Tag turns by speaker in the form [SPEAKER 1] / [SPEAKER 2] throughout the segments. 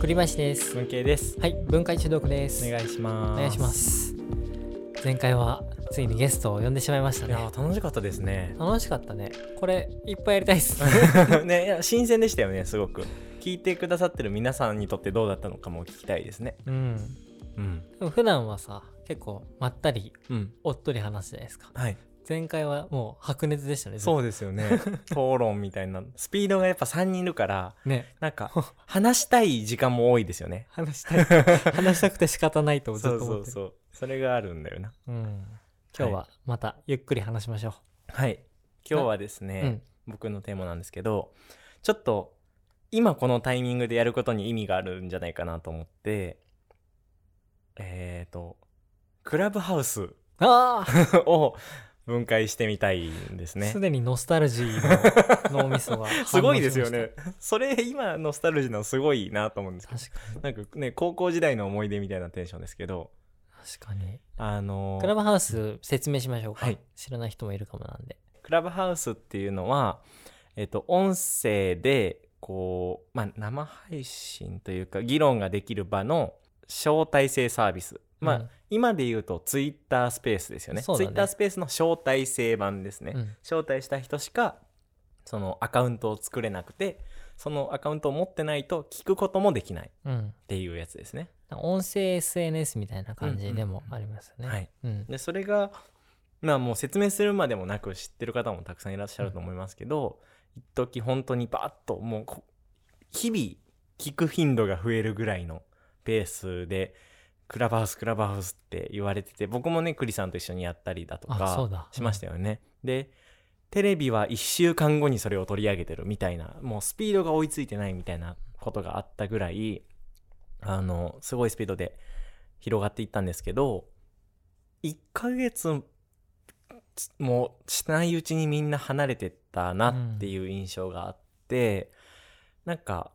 [SPEAKER 1] 栗林です
[SPEAKER 2] 文系です
[SPEAKER 1] はい文化一読です
[SPEAKER 2] お願いします
[SPEAKER 1] お願いします前回はついにゲストを呼んでしまいました
[SPEAKER 2] い
[SPEAKER 1] ね
[SPEAKER 2] やー楽しかったです ね
[SPEAKER 1] 楽しかったねこれいっぱいやりたいっす
[SPEAKER 2] ねいや新鮮でしたよねすごく聞いてくださってる皆さんにとってどうだったのかも聞きたいですね
[SPEAKER 1] うん
[SPEAKER 2] うん
[SPEAKER 1] でも普段はさ結構まったり
[SPEAKER 2] うん
[SPEAKER 1] おっとり話すじゃないですか
[SPEAKER 2] はい
[SPEAKER 1] 前回はもう白熱でしたね
[SPEAKER 2] そうですよ ね討論みたいなスピードがやっぱ3人いるから
[SPEAKER 1] うね
[SPEAKER 2] なん か話したい時間も多いですよね
[SPEAKER 1] 話したい 話したくて仕方ないとずっ と
[SPEAKER 2] そうそ
[SPEAKER 1] 思っ
[SPEAKER 2] う
[SPEAKER 1] て
[SPEAKER 2] そうそれがあるんだよな
[SPEAKER 1] うん今日はまたゆっくり話しましょ
[SPEAKER 2] はい今日はですね
[SPEAKER 1] う、、うん
[SPEAKER 2] 僕のテーマなんですけどちょっと今このタイミングでやることに意味があるんじゃないかなと思ってえっ、とクラブハウス
[SPEAKER 1] ああ
[SPEAKER 2] を分解してみたいんですね
[SPEAKER 1] す。でにノスタルジーの脳みそが反応しました
[SPEAKER 2] すごいですよね。それ今ノスタルジーなの すごいなと思うんですけ
[SPEAKER 1] 確かに
[SPEAKER 2] どなんかね高校時代の思い出みたいなテンションですけど
[SPEAKER 1] 確かに
[SPEAKER 2] あのー
[SPEAKER 1] クラブハウス説明しましょうか、
[SPEAKER 2] はい
[SPEAKER 1] 知らない人もいるかもなんで
[SPEAKER 2] クラブハウスっていうのは、えっと、音声でこう、まあ、生配信というか議論ができる場の招待制サービス、まあ
[SPEAKER 1] うん
[SPEAKER 2] 今で言うとツイッタースペースですよね
[SPEAKER 1] そうだ
[SPEAKER 2] ツ
[SPEAKER 1] ね
[SPEAKER 2] イッタースペースの招待制版ですね、
[SPEAKER 1] うん
[SPEAKER 2] 招待した人しかそのアカウントを作れなくてそのアカウントを持ってないと聞くこともできないっ
[SPEAKER 1] うん
[SPEAKER 2] ていうやつですね。
[SPEAKER 1] 音声 SNS みたいな感じでもありますよね、
[SPEAKER 2] はい
[SPEAKER 1] うん
[SPEAKER 2] でそれがまあもう説明するまでもなく知ってる方もたくさんいらっしゃると思いますけど、一時本当にバッともうこ日々聞く頻度が増えるぐらいのペースでクラブハウスクラブハウスって言われてて僕もね栗さんと一緒にやったりだと
[SPEAKER 1] あそう
[SPEAKER 2] か
[SPEAKER 1] だ
[SPEAKER 2] しましたよね。でテレビは1週間後にそれを取り上げてるみたいなもうスピードが追いついてないみたいなことがあったぐらいあのすごいスピードで広がっていったんですけど1ヶ月もうしないうちにみんな離れてったなっていう印象があって、なんか、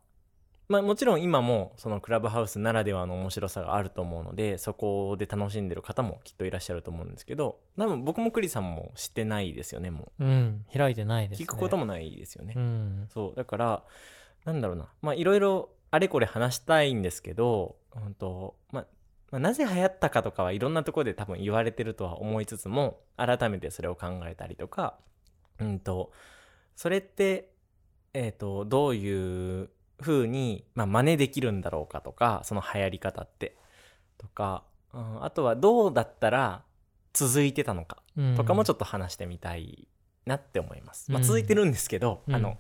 [SPEAKER 2] まあ、もちろん今もそのクラブハウスならではの面白さがあると思うのでそこで楽しんでる方もきっといらっしゃると思うんですけど多分僕もクリさんも知ってないですよねも
[SPEAKER 1] うん開いてないで
[SPEAKER 2] う
[SPEAKER 1] す、ね、
[SPEAKER 2] 聞くこと
[SPEAKER 1] も
[SPEAKER 2] もないですよね。
[SPEAKER 1] うん
[SPEAKER 2] そうだからなんだろうなまあいろいろあれこれ話したいんですけど、うんとまあまあなぜ流行ったかとかはいろんなところで多分言われてるとは思いつつも改めてそれを考えたりとか、うん、とそれって、えー、とどういう風にまあ、真似できるんだろうかとかその流行り方ってとか、うん、あとはどうだったら続いてたのか
[SPEAKER 1] うん
[SPEAKER 2] とかもちょっと話してみたいなって思います。まあ、
[SPEAKER 1] うん
[SPEAKER 2] 続いてるんですけど、
[SPEAKER 1] うん
[SPEAKER 2] あの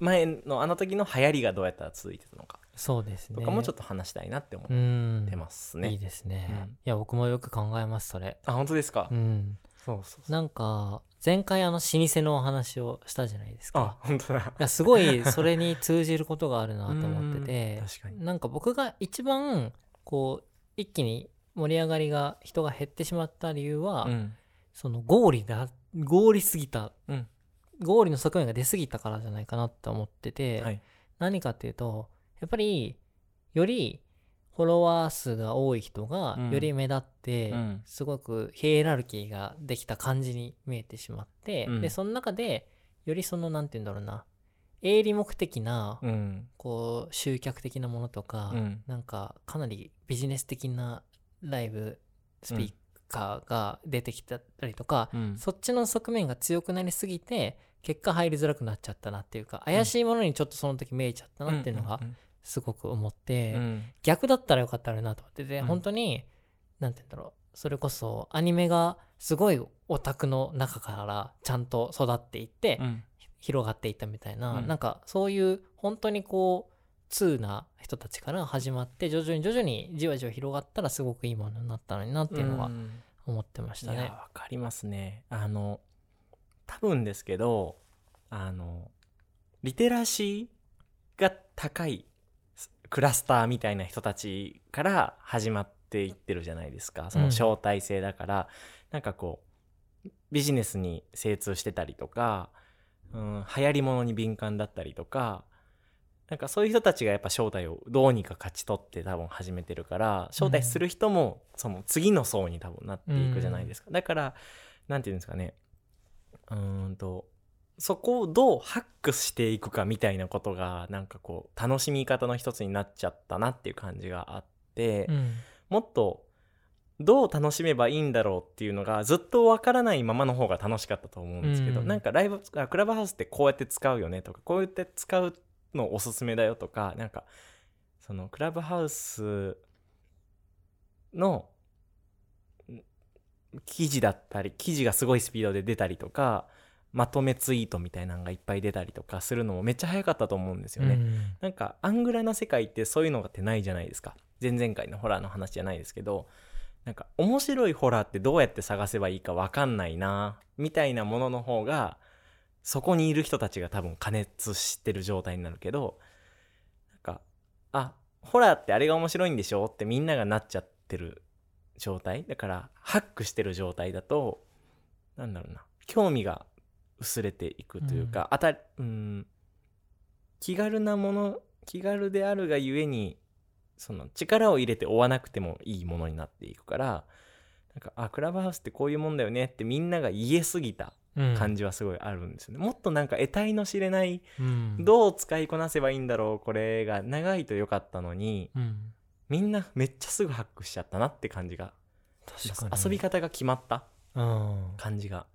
[SPEAKER 2] 前のあの時の流行りがどうやったら続いてたのか
[SPEAKER 1] そうです
[SPEAKER 2] と
[SPEAKER 1] ね
[SPEAKER 2] かもちょっ
[SPEAKER 1] っ
[SPEAKER 2] と話したいなって思
[SPEAKER 1] う
[SPEAKER 2] っ
[SPEAKER 1] ん
[SPEAKER 2] てますね。
[SPEAKER 1] いいですね、
[SPEAKER 2] うん
[SPEAKER 1] いや僕もよく考えますそれ
[SPEAKER 2] あ本当ですか、
[SPEAKER 1] うん
[SPEAKER 2] そうそうそう
[SPEAKER 1] なんか前回あの老舗のお話をしたじゃないですか
[SPEAKER 2] あ本当だ。
[SPEAKER 1] いやすご いそれに通じることがあるなと思ってて
[SPEAKER 2] うん確かに
[SPEAKER 1] なんか僕が一番こう一気に盛り上がりが人が減ってしまった理由は、
[SPEAKER 2] うん
[SPEAKER 1] その合理だ合理すぎた、
[SPEAKER 2] うん
[SPEAKER 1] 合理の側面が出すぎたからじゃないかなって思ってて、
[SPEAKER 2] はい
[SPEAKER 1] 何かっていうとやっぱりよりフォロワー数が多い人が
[SPEAKER 2] うん
[SPEAKER 1] より目立って、
[SPEAKER 2] うん
[SPEAKER 1] すごくヒエラルキーができた感じに見えてしまって、
[SPEAKER 2] うん
[SPEAKER 1] でその中でよりその何て言うんだろうな営利目的な、
[SPEAKER 2] うん
[SPEAKER 1] こう集客的なものとか、
[SPEAKER 2] うん
[SPEAKER 1] なんかかなりビジネス的なライブスピーカーが出てきたりとか、
[SPEAKER 2] うん
[SPEAKER 1] そっちの側面が強くなりすぎて結果入りづらくなっちゃったなっていうか怪しいものにちょっとその時見えちゃったなっていうのが
[SPEAKER 2] うん
[SPEAKER 1] すごく思って、
[SPEAKER 2] うん
[SPEAKER 1] 逆だったらよかったらなと思ってて、
[SPEAKER 2] うん
[SPEAKER 1] 本当に何て言うんだろうそれこそアニメがすごいオタクの中からちゃんと育っていって、
[SPEAKER 2] うん
[SPEAKER 1] 広がっていったみたいな、
[SPEAKER 2] うん
[SPEAKER 1] なんかそういう本当にこう通な人たちから始まって徐々に徐々にじわじわ広がったらすごくいいものになったのになっていうのは
[SPEAKER 2] ん
[SPEAKER 1] 思ってました
[SPEAKER 2] いや
[SPEAKER 1] ね。
[SPEAKER 2] わかりますね。あの多分ですけどあのリテラシーが高いクラスターみたいな人たちから始まっていってるじゃないですかその招待制だから、なんかこうビジネスに精通してたりとか、うん、流行り物に敏感だったりとかなんかそういう人たちがやっぱ招待をどうにか勝ち取って多分始めてるから招待する人もその次の層に多分なっていくじゃないですか、だからなんていうんですかねうーんとそこをどうハックしていくかみたいなことがなんかこう楽しみ方の一つになっちゃったなっていう感じがあって、
[SPEAKER 1] うん
[SPEAKER 2] もっとどう楽しめばいいんだろうっていうのがずっとわからないままの方が楽しかったと思うんですけど、
[SPEAKER 1] うん
[SPEAKER 2] なんかライブあクラブハウスってこうやって使うよねとかこうやって使うのおすすめだよとかなんかそのクラブハウスのん記事だったり記事がすごいスピードで出たりとかまとめツイートみたいなのがいっぱい出たりとかするのもめっちゃ早かったと思うんですよね。
[SPEAKER 1] うん
[SPEAKER 2] なんかアングラな世界ってそういうのがってないじゃないですか前々回のホラーの話じゃないですけどなんか面白いホラーってどうやって探せばいいか分かんないなみたいなものの方がそこにいる人たちが多分加熱してる状態になるけどなんかあホラーってあれが面白いんでしょってみんながなっちゃってる状態だからハックしてる状態だとなんだろうな興味が薄れていくというか、あたうん気軽なもの気軽であるがゆえにその力を入れて追わなくてもいいものになっていくからなんかあクラブハウスってこういうもんだよねってみんなが言えすぎた
[SPEAKER 1] うん
[SPEAKER 2] 感じはすごいあるんですよね、もっとなんか得体の知れない
[SPEAKER 1] うん
[SPEAKER 2] どう使いこなせばいいんだろうこれが長いと良かったのに
[SPEAKER 1] うん
[SPEAKER 2] みんなめっちゃすぐハックしちゃったなって感じが
[SPEAKER 1] 確かに
[SPEAKER 2] 遊び方が決まった
[SPEAKER 1] うん
[SPEAKER 2] 感じが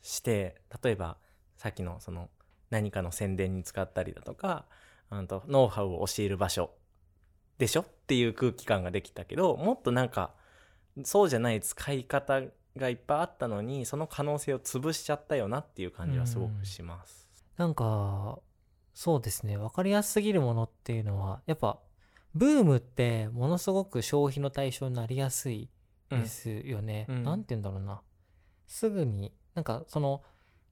[SPEAKER 2] して例えばさっきのその何かの宣伝に使ったりだとかあとノウハウを教える場所でしょっていう空気感ができたけどもっとなんかそうじゃない使い方がいっぱいあったのにその可能性を潰しちゃったよなっていう感じはすごくします。
[SPEAKER 1] なんかそうですね分かりやすすぎるものっていうのはやっぱブームってものすごく消費の対象になりやすいですよね。
[SPEAKER 2] うん
[SPEAKER 1] なんて言うんだろうな。すぐになんかその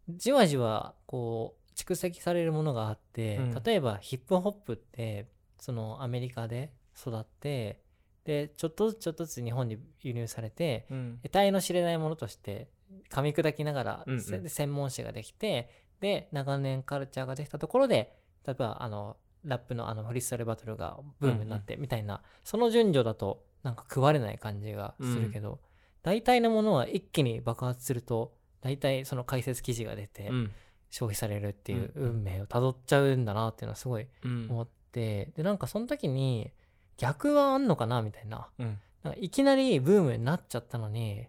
[SPEAKER 1] じわじわこう蓄積されるものがあって、
[SPEAKER 2] うん
[SPEAKER 1] 例えばヒップホップってそのアメリカで育ってでちょっとずつちょっとずつ日本に輸入されて
[SPEAKER 2] うん
[SPEAKER 1] 得体の知れないものとして噛み砕きながら、
[SPEAKER 2] うんうん
[SPEAKER 1] せで専門誌ができてで長年カルチャーができたところで例えばあのラップのあのフリースタイルバトルがブームになってみたいな、その順序だとなんか食われない感じがするけど、大体のものは一気に爆発すると大体その解説記事が出て
[SPEAKER 2] うん
[SPEAKER 1] 消費されるっていう
[SPEAKER 2] うんうん
[SPEAKER 1] 運命をたどっちゃうんだなっていうのはすごい
[SPEAKER 2] うん
[SPEAKER 1] 思ってでなんかその時に逆はあんのかなみたいな
[SPEAKER 2] うん
[SPEAKER 1] なんかいきなりブームになっちゃったのに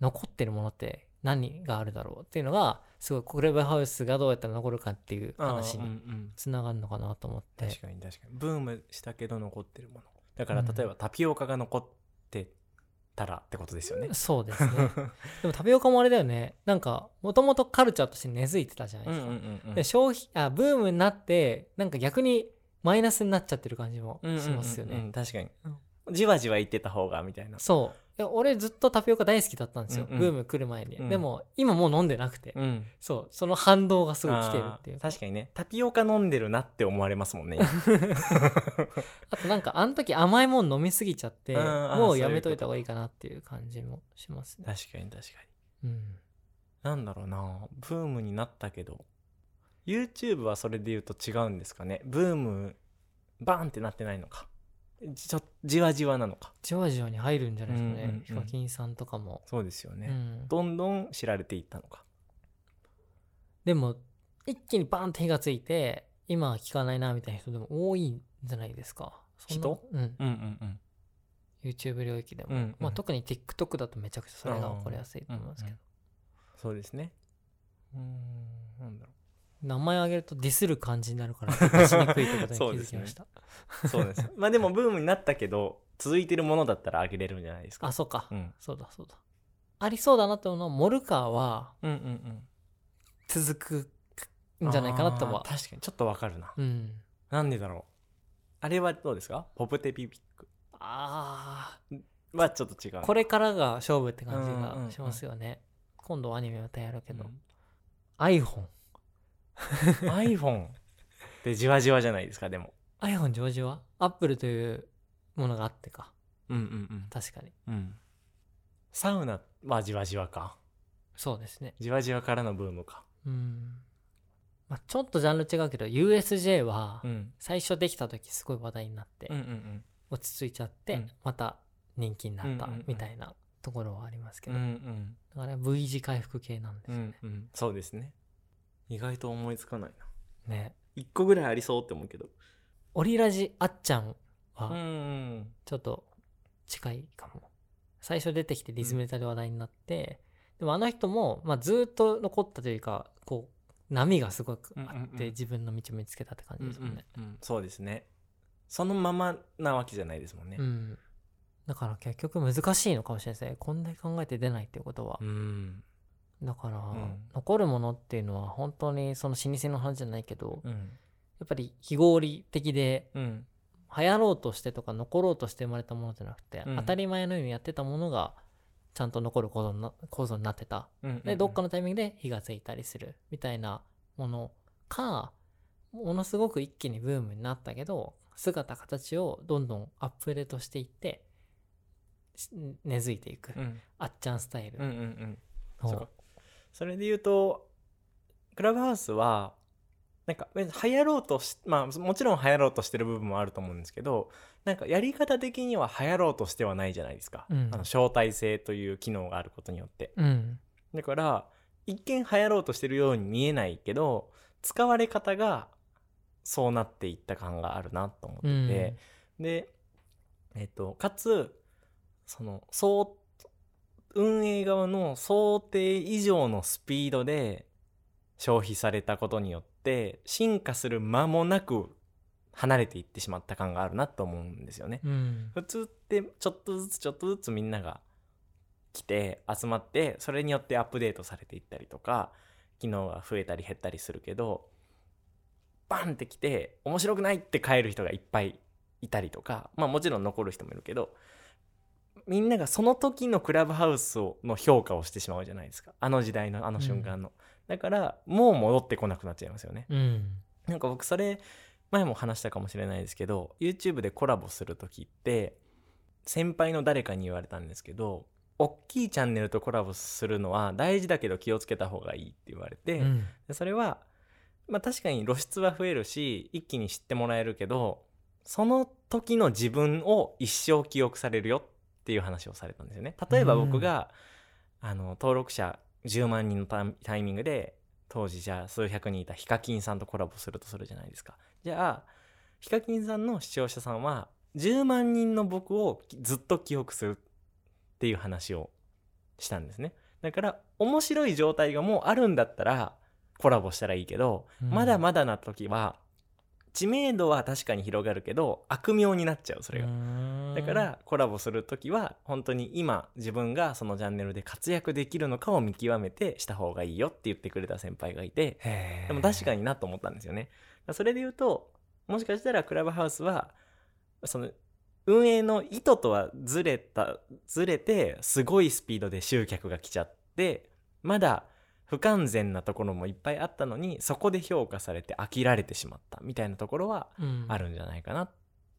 [SPEAKER 1] 残ってるものって何があるだろうっていうのがすごいクラブハウスがどうやったら残るかっていう話
[SPEAKER 2] うんう
[SPEAKER 1] に
[SPEAKER 2] ん
[SPEAKER 1] つながるのかなと思って、
[SPEAKER 2] 確かに確かにブームしたけど残ってるものだから
[SPEAKER 1] うん
[SPEAKER 2] 例えばタピオカが残ってたらってことですよね。
[SPEAKER 1] そう ですねでもタピオカもあれだよねなんかもともとカルチャーとして根付いてたじゃないですか、で消費あブームになってなんか逆にマイナスになっちゃってる感じも
[SPEAKER 2] うんうんうん
[SPEAKER 1] しますよね、
[SPEAKER 2] うん確かに
[SPEAKER 1] うん。
[SPEAKER 2] じわじわ言ってた方がみたいな。
[SPEAKER 1] そういや俺ずっとタピオカ大好きだったんですよ、
[SPEAKER 2] うんうん
[SPEAKER 1] ブーム来る前に、
[SPEAKER 2] うん
[SPEAKER 1] でも今もう飲んでなくて、
[SPEAKER 2] うん。
[SPEAKER 1] そうその反動がすごい来てるっていう
[SPEAKER 2] あー確かにね。タピオカ飲んでるなって思われますも んね。
[SPEAKER 1] あとなんかあの時甘いもん飲みすぎちゃって
[SPEAKER 2] うんあー
[SPEAKER 1] もうやめといた方がいいかなっていう感じもしますね。
[SPEAKER 2] 確かに確かに。
[SPEAKER 1] うん、
[SPEAKER 2] なんだろうなブームになったけど YouTube はそれで言うと違うんですかね。ブームバーンってなってないのか。ちょじわじわなのか。
[SPEAKER 1] じわじわに入るんじゃないですかね、
[SPEAKER 2] うんうんうん
[SPEAKER 1] ヒカキンさんとかも、
[SPEAKER 2] そうですよね。
[SPEAKER 1] うん
[SPEAKER 2] どんどん知られていったのか。
[SPEAKER 1] でも一気にバーンって火がついて今は聞かないなみたいな人でも多いんじゃないですかそんな
[SPEAKER 2] 人、
[SPEAKER 1] うん、
[SPEAKER 2] うんうん
[SPEAKER 1] YouTube 領域でも、
[SPEAKER 2] うんうん
[SPEAKER 1] まあ、特に TikTok だとめちゃくちゃそれが起こりやすいと思うんですけど、
[SPEAKER 2] うんそうですね。うーん、なんだろ
[SPEAKER 1] 名前挙げるとディスる感じになるから出しにくいってこと に気づきました、
[SPEAKER 2] う。そうです。 まあでもブームになったけど、続いてるものだったらあげれるんじゃないですか。
[SPEAKER 1] あそうか、
[SPEAKER 2] うん。
[SPEAKER 1] そうだそうだありそうだなって思うのはモルカーは
[SPEAKER 2] うんうん
[SPEAKER 1] 続
[SPEAKER 2] う
[SPEAKER 1] くんじゃないかなと
[SPEAKER 2] あ
[SPEAKER 1] は
[SPEAKER 2] ー。確かに、ちょっとわかるな。
[SPEAKER 1] うん。
[SPEAKER 2] なんでだろう。あれはどうですかポプテピピック
[SPEAKER 1] あ
[SPEAKER 2] はちょっと違う。
[SPEAKER 1] あ、こ
[SPEAKER 2] れ
[SPEAKER 1] れからが勝負って感じ
[SPEAKER 2] うんうんう
[SPEAKER 1] が
[SPEAKER 2] ん
[SPEAKER 1] しますよね。今度アニメまたやるけど。
[SPEAKER 2] うん
[SPEAKER 1] iPhone。
[SPEAKER 2] iPhone ってじわじわじゃないですか、でも。
[SPEAKER 1] iPhone 上場は ?Apple というものがあってか。
[SPEAKER 2] うんうん
[SPEAKER 1] 確かに。
[SPEAKER 2] うん。うん。サウナはじわじわか。
[SPEAKER 1] そうですね。
[SPEAKER 2] じわじわからのブームか。
[SPEAKER 1] うん。まあ、ちょっとジャンル違うけど、USJ は
[SPEAKER 2] ん。
[SPEAKER 1] 最初できた時すごい話題になって、
[SPEAKER 2] うんうん
[SPEAKER 1] 落ち着いちゃって、
[SPEAKER 2] うん
[SPEAKER 1] また人気になった
[SPEAKER 2] うんうんうん
[SPEAKER 1] みたいなところはありますけ
[SPEAKER 2] うん。
[SPEAKER 1] ど、
[SPEAKER 2] ん
[SPEAKER 1] だから V 字回復系なんです
[SPEAKER 2] う
[SPEAKER 1] よね。
[SPEAKER 2] んうん。そうですね。意外と思いつかないな
[SPEAKER 1] ね
[SPEAKER 2] 一個ぐらいありそうって思うけど
[SPEAKER 1] オリラジあっちゃん
[SPEAKER 2] う
[SPEAKER 1] は
[SPEAKER 2] ん
[SPEAKER 1] ちょっと近いかも最初出てきてリズムネタで話題になって、でもあの人も、まあ、ずっと残ったというかこう波がすごくあって、
[SPEAKER 2] うんうんうん
[SPEAKER 1] 自分の道を見つけたって感じですもんね、
[SPEAKER 2] うんそうですねそのままなわけじゃないですもんね
[SPEAKER 1] うんだから結局難しいのかもしれないですねこんだけ考えて出ないっていうことは、
[SPEAKER 2] うん
[SPEAKER 1] だから、
[SPEAKER 2] ん
[SPEAKER 1] 残るものっていうのは本当にその老舗の話じゃないけど、
[SPEAKER 2] う
[SPEAKER 1] や
[SPEAKER 2] ん
[SPEAKER 1] っぱり非合理的で
[SPEAKER 2] うん
[SPEAKER 1] 流行ろうとしてとか残ろうとして生まれたものじゃなくて、
[SPEAKER 2] うん
[SPEAKER 1] 当たり前のようにやってたものがちゃんと残る構造にな構造になってた
[SPEAKER 2] うん
[SPEAKER 1] でどっかのタイミングで火がついたりするみたいなものかものすごく一気にブームになったけど姿形をどんどんアップデートしていってし根付いていく、
[SPEAKER 2] うん
[SPEAKER 1] あっちゃんスタイル
[SPEAKER 2] うんうんうん
[SPEAKER 1] の
[SPEAKER 2] そうかそれで言うとクラブハウスはなんか別に流行ろうとしまあもちろん流行ろうとしてる部分もあると思うんですけどなんかやり方的には流行ろうとしてはないじゃないですか、
[SPEAKER 1] うん
[SPEAKER 2] あの招待制という機能があることによって
[SPEAKER 1] うん
[SPEAKER 2] だから一見流行ろうとしてるように見えないけど使われ方がそうなっていった感があるなと思って
[SPEAKER 1] う
[SPEAKER 2] て、
[SPEAKER 1] ん
[SPEAKER 2] で、えっと、かつ、その、そう、運営側の想定以上のスピードで消費されたことによって、進化する間もなく離れていってしまった感があるなと思うんですよね。
[SPEAKER 1] うん
[SPEAKER 2] 普通って、ちょっとずつちょっとずつみんなが来て、集まって、それによってアップデートされていったりとか、機能が増えたり減ったりするけど、バンって来て面白くないって帰る人がいっぱいいたりとかまあもちろん残る人もいるけどみんながその時のクラブハウスをの評価をしてしまうじゃないですかあの時代のあの瞬間の、だからもう戻ってこなくなっちゃいますよね
[SPEAKER 1] うん
[SPEAKER 2] なんか僕それ前も話したかもしれないですけど YouTube でコラボする時って先輩の誰かに言われたんですけど大きいチャンネルとコラボするのは大事だけど気をつけた方がいいって言われて、
[SPEAKER 1] うん
[SPEAKER 2] でそれは、まあ、確かに露出は増えるし一気に知ってもらえるけどその時の自分を一生記憶されるよっていう話をされたんですよね。例えば僕が、あの登録者10万人のタイタイミングで当時じゃあ数百人いたヒカキンさんとコラボするとするじゃないですか。じゃあヒカキンさんの視聴者さんは10万人の僕をずっと記憶するっていう話をしたんですね。だから面白い状態がもうあるんだったらコラボしたらいいけど、
[SPEAKER 1] うん
[SPEAKER 2] まだまだな時は知名度は確かに広がるけど悪名になっちゃうそれが。だからコラボする時は本当に今自分がそのチャンネルで活躍できるのかを見極めてした方がいいよって言ってくれた先輩がいて
[SPEAKER 1] で
[SPEAKER 2] でも確か
[SPEAKER 1] に
[SPEAKER 2] になと思ったんですよね。それで言うともしかしたらクラブハウスはその運営の意図とはずれたずれてすごいスピードで集客が来ちゃってまだ不完全なところもいっぱいあったのにそこで評価されて飽きられてしまったみたいなところはあるんじゃないかな、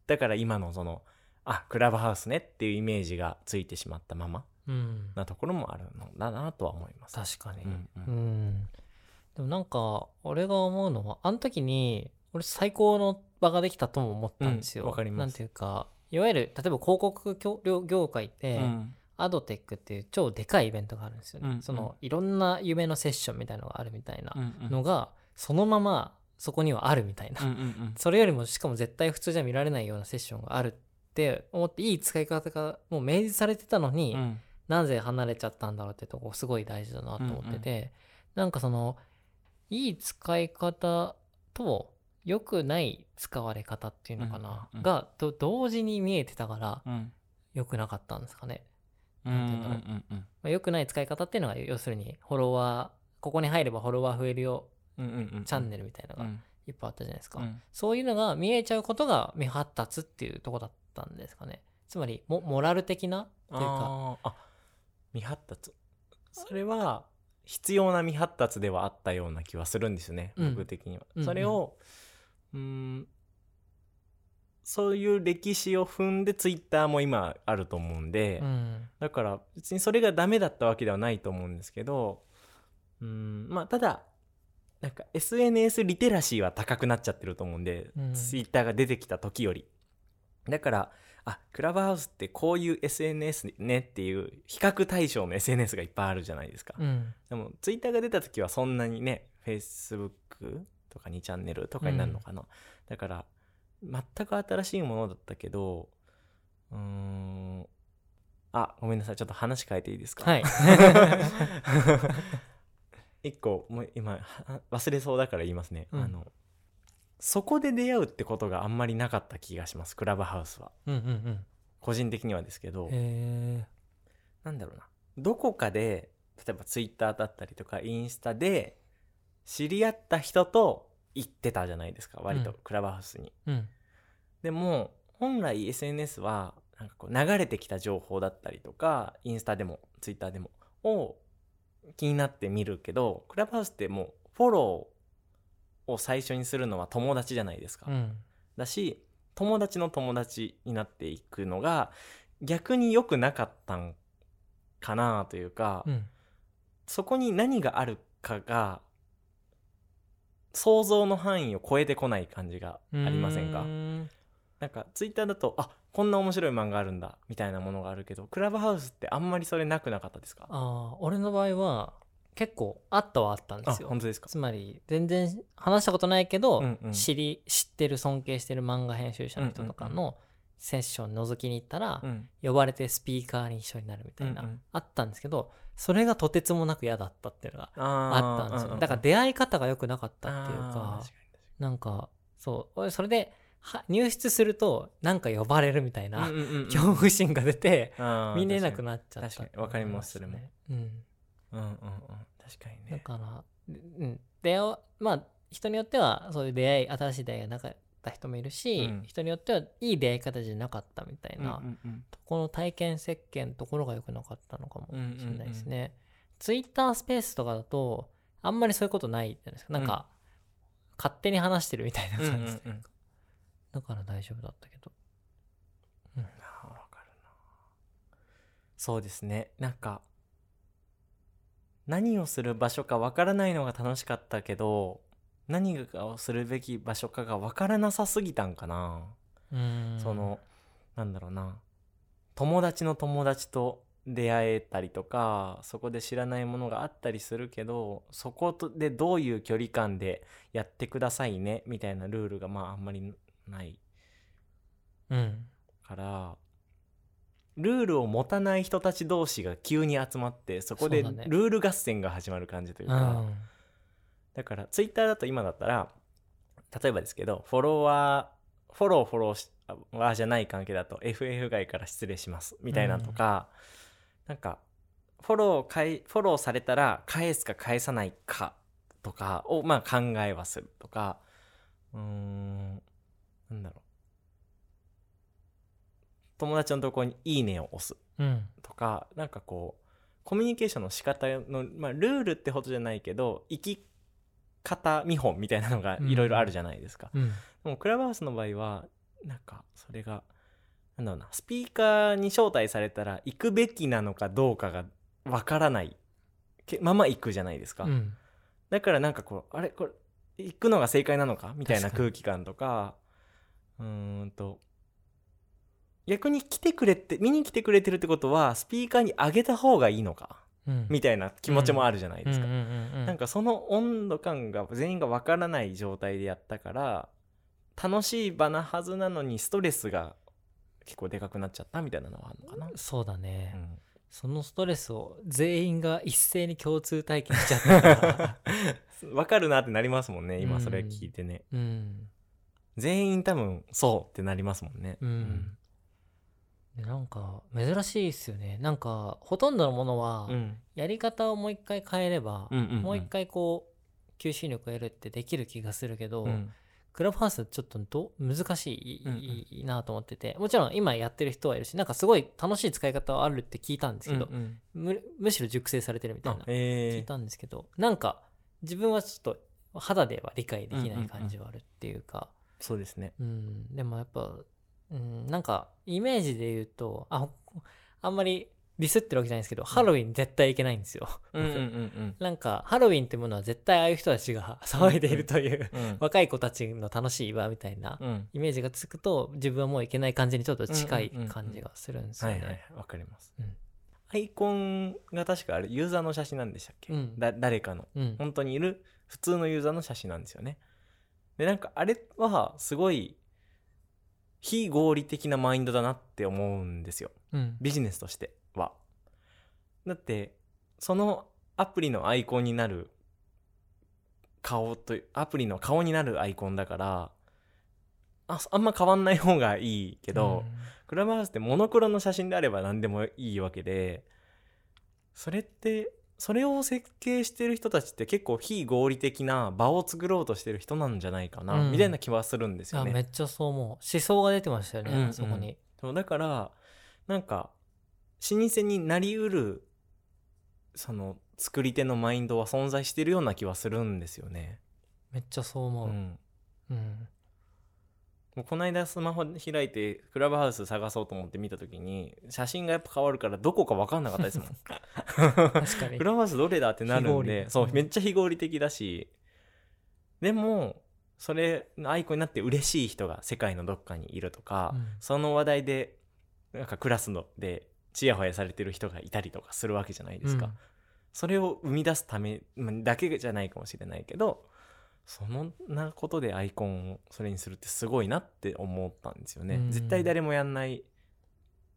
[SPEAKER 2] だから今のそのあクラブハウスねっていうイメージがついてしまったまま
[SPEAKER 1] うん
[SPEAKER 2] なところもあるのだなとは思います。
[SPEAKER 1] 確かに、
[SPEAKER 2] うんう
[SPEAKER 1] うんんでもなんか俺が思うのはあの時に俺最高の場ができたとも思ったんですよ。
[SPEAKER 2] うんわかりま
[SPEAKER 1] な
[SPEAKER 2] す
[SPEAKER 1] んていうかいわゆる例えば広告業業界って、
[SPEAKER 2] うん
[SPEAKER 1] アドテックっていう超でかいイベントがあるんですよね。
[SPEAKER 2] うん
[SPEAKER 1] そのいろんな夢のセッションみたいのがあるみたいな
[SPEAKER 2] うんうん
[SPEAKER 1] のが、そのままそこにはあるみたいな、
[SPEAKER 2] うんうんうん
[SPEAKER 1] それよりもしかも絶対普通じゃ見られないようなセッションがあるって思っていい使い方がもう明示されてたのに、
[SPEAKER 2] うん
[SPEAKER 1] なぜ離れちゃったんだろうってとこすごい大事だなと思ってて、なんかそのいい使い方と良くない使われ方っていうのかな、
[SPEAKER 2] うんうん
[SPEAKER 1] がと同時に見えてたから
[SPEAKER 2] うん
[SPEAKER 1] 良くなかったんですかね。
[SPEAKER 2] うんうんうん
[SPEAKER 1] まあ、良くない使い方っていうのが要するにフォロワーここに入ればフォロワー増えるよ
[SPEAKER 2] うんうんうん
[SPEAKER 1] チャンネルみたいなの
[SPEAKER 2] う
[SPEAKER 1] が
[SPEAKER 2] ん
[SPEAKER 1] いっぱいあったじゃないですか、
[SPEAKER 2] うん
[SPEAKER 1] そういうのが見えちゃうことが未発達っていうとこだったんですかねつまりモモラル的なというか
[SPEAKER 2] あーあ未発達それは必要な未発達ではあったような気はするんですよね、
[SPEAKER 1] うん
[SPEAKER 2] 僕的には
[SPEAKER 1] うんうん
[SPEAKER 2] それをうーんそういう歴史を踏んでツイッターも今あると思うんで、
[SPEAKER 1] うん
[SPEAKER 2] だから別にそれがダメだったわけではないと思うんですけどうんまあただなんか SNS リテラシーは高くなっちゃってると思うんで、
[SPEAKER 1] うん
[SPEAKER 2] ツイッターが出てきた時よりだからあクラブハウスってこういう SNS ねっていう比較対象の SNS がいっぱいあるじゃないですか、
[SPEAKER 1] うん
[SPEAKER 2] でもツイッターが出た時はそんなにね Facebook とか2チャンネルとかになるのかな、だから全く新しいものだったけどうーんあごめんなさいちょっと話変えていいですか
[SPEAKER 1] はい
[SPEAKER 2] 一個もう今は忘れそうだから言いますね、
[SPEAKER 1] うん
[SPEAKER 2] あのそこで出会うってことがあんまりなかった気がしますクラブハウスは
[SPEAKER 1] うんうん
[SPEAKER 2] 個人的にはですけど
[SPEAKER 1] うんへ
[SPEAKER 2] なんだろうなどこかで例えばツイッターだったりとかインスタで知り合った人と行ってたじゃないですか割と
[SPEAKER 1] うん
[SPEAKER 2] クラブハウスに、
[SPEAKER 1] えうん
[SPEAKER 2] でも本来 SNS はなんかこう流れてきた情報だったりとかインスタでもツイッターでもを気になって見るけどクラブハウスってもうフォローを最初にするのは友達じゃないですか、
[SPEAKER 1] うん
[SPEAKER 2] だし友達の友達になっていくのが逆に良くなかったんかなというか、
[SPEAKER 1] うん
[SPEAKER 2] そこに何があるかが想像の範囲を超えてこない感じがありませんか
[SPEAKER 1] うーん
[SPEAKER 2] なんかツイッターだとあこんな面白い漫画あるんだみたいなものがあるけどクラブハウスってあんまりそれなくなかったですか
[SPEAKER 1] あー俺の場合は結構あったはあったんですよ
[SPEAKER 2] 本当ですか
[SPEAKER 1] つまり全然話したことないけど、
[SPEAKER 2] うんうん
[SPEAKER 1] 知り知ってる尊敬してる漫画編集者の人とか
[SPEAKER 2] うんう
[SPEAKER 1] のセッション覗きに行ったら、
[SPEAKER 2] うん
[SPEAKER 1] 呼ばれてスピーカーに一緒になるみたいな、
[SPEAKER 2] うんうん
[SPEAKER 1] あったんですけどそれがとてつもなく嫌だったっていうのがあ
[SPEAKER 2] あ
[SPEAKER 1] ったん
[SPEAKER 2] ー
[SPEAKER 1] ですよ、
[SPEAKER 2] うう
[SPEAKER 1] だから出会い方が良くなかったっていう
[SPEAKER 2] あー
[SPEAKER 1] か
[SPEAKER 2] 確かに
[SPEAKER 1] なんかそう俺それでは入室するとなんか呼ばれるみたいな、
[SPEAKER 2] うんうんうん
[SPEAKER 1] 恐怖心が出て
[SPEAKER 2] あー
[SPEAKER 1] 見れなくなっちゃった
[SPEAKER 2] 確かに確かにわかりますそれも
[SPEAKER 1] うん
[SPEAKER 2] うんうんうん確かに
[SPEAKER 1] だ
[SPEAKER 2] ね
[SPEAKER 1] から、うん、出会うまあ人によってはそういう出会い新しい出会いがなかった人もいるし、
[SPEAKER 2] うん
[SPEAKER 1] 人によってはいい出会い方じゃなかったみたいな、
[SPEAKER 2] うんうん
[SPEAKER 1] とこの体験設計のところが良くなかったのかもしれないですね、
[SPEAKER 2] う
[SPEAKER 1] ツイッタースペースとかだとあんまりそういうことないじゃないですかなんか、勝手に話してるみたいな
[SPEAKER 2] うんうん
[SPEAKER 1] 感じで、
[SPEAKER 2] うんうん
[SPEAKER 1] だから大丈夫だったけど
[SPEAKER 2] あーわかるなそうですねなんか何をする場所かわからないのが楽しかったけど何をするべき場所かがわからなさすぎたんかな、
[SPEAKER 1] うん
[SPEAKER 2] そのなんだろうな友達の友達と出会えたりとかそこで知らないものがあったりするけどそことでどういう距離感でやってくださいねみたいなルールがまああんまりない
[SPEAKER 1] うん
[SPEAKER 2] からルールを持たない人たち同士が急に集まってそこで
[SPEAKER 1] そ
[SPEAKER 2] ル
[SPEAKER 1] うだね
[SPEAKER 2] ール合戦が始まる感じという
[SPEAKER 1] う
[SPEAKER 2] かだ,、
[SPEAKER 1] ん
[SPEAKER 2] からツイッターだと今だったら例えばですけどフォロワーフォローフォローしワーじゃない関係だと FF 外から失礼しますみたいなとか、なんかフォローかいフォローされたら返すか返さないかとかをまあ考えはするとかうーんなんだろう友達のところに「いいね」を押す
[SPEAKER 1] うん
[SPEAKER 2] とかなんかこうコミュニケーションの仕方のまあルールってほどじゃないけど生き方見本みたいなのがいろいろあるじゃないですか、
[SPEAKER 1] うん
[SPEAKER 2] でもクラブハウスの場合はなんかそれがなんだろうなスピーカーに招待されたら行くべきなのかどうかがわからないけまま行くじゃないですか、
[SPEAKER 1] うん
[SPEAKER 2] だからなんかこうあれこれ行くのが正解なのかみたいな
[SPEAKER 1] 確か
[SPEAKER 2] 空気感とかうーんと逆に来てくれて見に来てくれてるってことはスピーカーに上げた方がいいのか
[SPEAKER 1] うん
[SPEAKER 2] みたいな気持ちもあるじゃないですか、
[SPEAKER 1] うんうんうんうん
[SPEAKER 2] なんかその温度感が全員がわからない状態でやったから楽しい場なはずなのにストレスが結構でかくなっちゃったみたいなのはあるのかな、
[SPEAKER 1] そうだね、
[SPEAKER 2] うん
[SPEAKER 1] そのストレスを全員が一斉に共通体験しちゃった から、
[SPEAKER 2] わかるなってなりますもんね今それ聞いてね、
[SPEAKER 1] うん
[SPEAKER 2] 全員多分そうってなりますもんね。
[SPEAKER 1] うんでなんか珍しいですよねなんかほとんどのものは
[SPEAKER 2] うん
[SPEAKER 1] やり方をもう一回変えれば、
[SPEAKER 2] うんうん
[SPEAKER 1] もう一回こう吸収力を得るってできる気がするけど、
[SPEAKER 2] うん
[SPEAKER 1] クラブハウスちょっとど難しい,、
[SPEAKER 2] うんうん
[SPEAKER 1] なと思っててもちろん今やってる人はいるしなんかすごい楽しい使い方はあるって聞いたんですけど
[SPEAKER 2] う、んうん
[SPEAKER 1] むむしろ熟成されてるみたい
[SPEAKER 2] あ
[SPEAKER 1] な聞い
[SPEAKER 2] えー
[SPEAKER 1] たんですけど、なんか自分はちょっと肌では理解できない感じはあるっていうか、
[SPEAKER 2] そうですね。
[SPEAKER 1] うんでもやっぱ、うん、なんかイメージで言うとあほあんまりディスってるわけじゃないんですけど、ハロウィン絶対いけないんですよ。
[SPEAKER 2] うんうんうん
[SPEAKER 1] なんか、ハロウィンってものは絶対ああいう人たちが 騒いでいるという、
[SPEAKER 2] うんうん
[SPEAKER 1] 若い子たちの楽しいわみたいな
[SPEAKER 2] うん
[SPEAKER 1] イメージがつくと、自分はもういけない感じにちょっと近い感じがするんです
[SPEAKER 2] は
[SPEAKER 1] よ
[SPEAKER 2] いはい
[SPEAKER 1] ね。
[SPEAKER 2] わかります、
[SPEAKER 1] うん
[SPEAKER 2] アイコンが確かあれユーザーの写真なんでしたっけ、
[SPEAKER 1] うん
[SPEAKER 2] だ誰かの
[SPEAKER 1] うん。
[SPEAKER 2] 本当にいる普通のユーザーの写真なんですよねでなんかあれはすごい非合理的なマインドだなって思うんですよ
[SPEAKER 1] うん。
[SPEAKER 2] ビジネスとしてはだってそのアプリのアイコンになる顔というアプリの顔になるアイコンだからああんま変わんない方がいいけど、クラブハウスってモノクロの写真であれば何でもいいわけでそれってそれを設計してる人たちって結構非合理的な場を作ろうとしてる人なんじゃないかな、
[SPEAKER 1] うん
[SPEAKER 2] みたいな気はするんです
[SPEAKER 1] うん、
[SPEAKER 2] よ
[SPEAKER 1] あ
[SPEAKER 2] ね。
[SPEAKER 1] めっちゃそう思う。思想が出てましたよね、
[SPEAKER 2] うんうん
[SPEAKER 1] そこに。
[SPEAKER 2] そうだからなんか老舗になりうるその作り手のマインドは存在してるような気はするんですよね。
[SPEAKER 1] めっちゃそう思
[SPEAKER 2] う
[SPEAKER 1] う。うん。
[SPEAKER 2] ん、もうこの間スマホ開いてクラブハウス探そうと思って見た時に写真がやっぱ変わるからどこか分かんなかったですもん。
[SPEAKER 1] 確かに
[SPEAKER 2] ク。ラブハウスどれだってなる
[SPEAKER 1] 非
[SPEAKER 2] ん
[SPEAKER 1] 合
[SPEAKER 2] で
[SPEAKER 1] 理
[SPEAKER 2] そう
[SPEAKER 1] うん
[SPEAKER 2] めっちゃ非合理的だしでもそれのアイコンになって嬉しい人が世界のどっかにいるとか、
[SPEAKER 1] うん
[SPEAKER 2] その話題でなんかクラスのでちやほやされてる人がいたりとかするわけじゃないですか、
[SPEAKER 1] うん
[SPEAKER 2] それを生み出すためまあだけじゃないかもしれないけどそのなことでアイコンをそれにするってすごいなって思ったんですよね、
[SPEAKER 1] うん
[SPEAKER 2] 絶対誰もやんない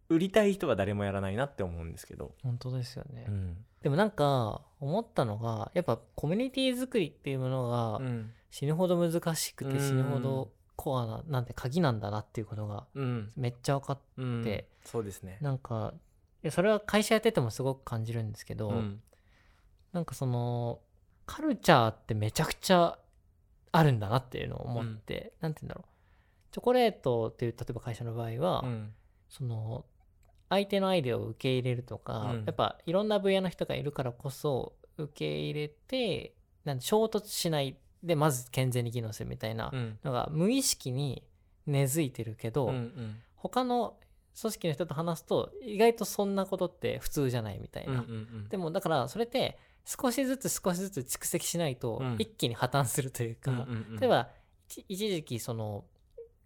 [SPEAKER 2] 売りたい人は誰もやらないなって思うんですけど、
[SPEAKER 1] 本当ですよね。
[SPEAKER 2] うん
[SPEAKER 1] でもなんか、思ったのが、やっぱコミュニティ作りっていうものが
[SPEAKER 2] うん
[SPEAKER 1] 死ぬほど難しく
[SPEAKER 2] うん
[SPEAKER 1] て死ぬほどコアな、なんて鍵なんだなっていうことが
[SPEAKER 2] うん、
[SPEAKER 1] めっちゃ分かっ
[SPEAKER 2] うん
[SPEAKER 1] て
[SPEAKER 2] そうですね
[SPEAKER 1] なんかいやそれは会社やっててもすごく感じるんですけど、
[SPEAKER 2] うん
[SPEAKER 1] なんかそのカルチャーってめちゃくちゃあるんだなっていうのを思って、なんて言うんだろうチョコレートっていう例えば会社の場合は、
[SPEAKER 2] うん
[SPEAKER 1] その相手のアイデアを受け入れるとか、
[SPEAKER 2] うん
[SPEAKER 1] やっぱいろんな分野の人がいるからこそ受け入れてなん衝突しないでまず健全に機能するみたいな
[SPEAKER 2] うん
[SPEAKER 1] のが無意識に根付いてるけど、
[SPEAKER 2] うんうん
[SPEAKER 1] 他の組織の人と話すと意外とそんなことって普通じゃないみたいな、
[SPEAKER 2] うんうん
[SPEAKER 1] でもだからそれって少しずつ少しずつ蓄積しないと
[SPEAKER 2] うん
[SPEAKER 1] 一気に破綻するというか、
[SPEAKER 2] うんうんうん
[SPEAKER 1] 例えば一一時期その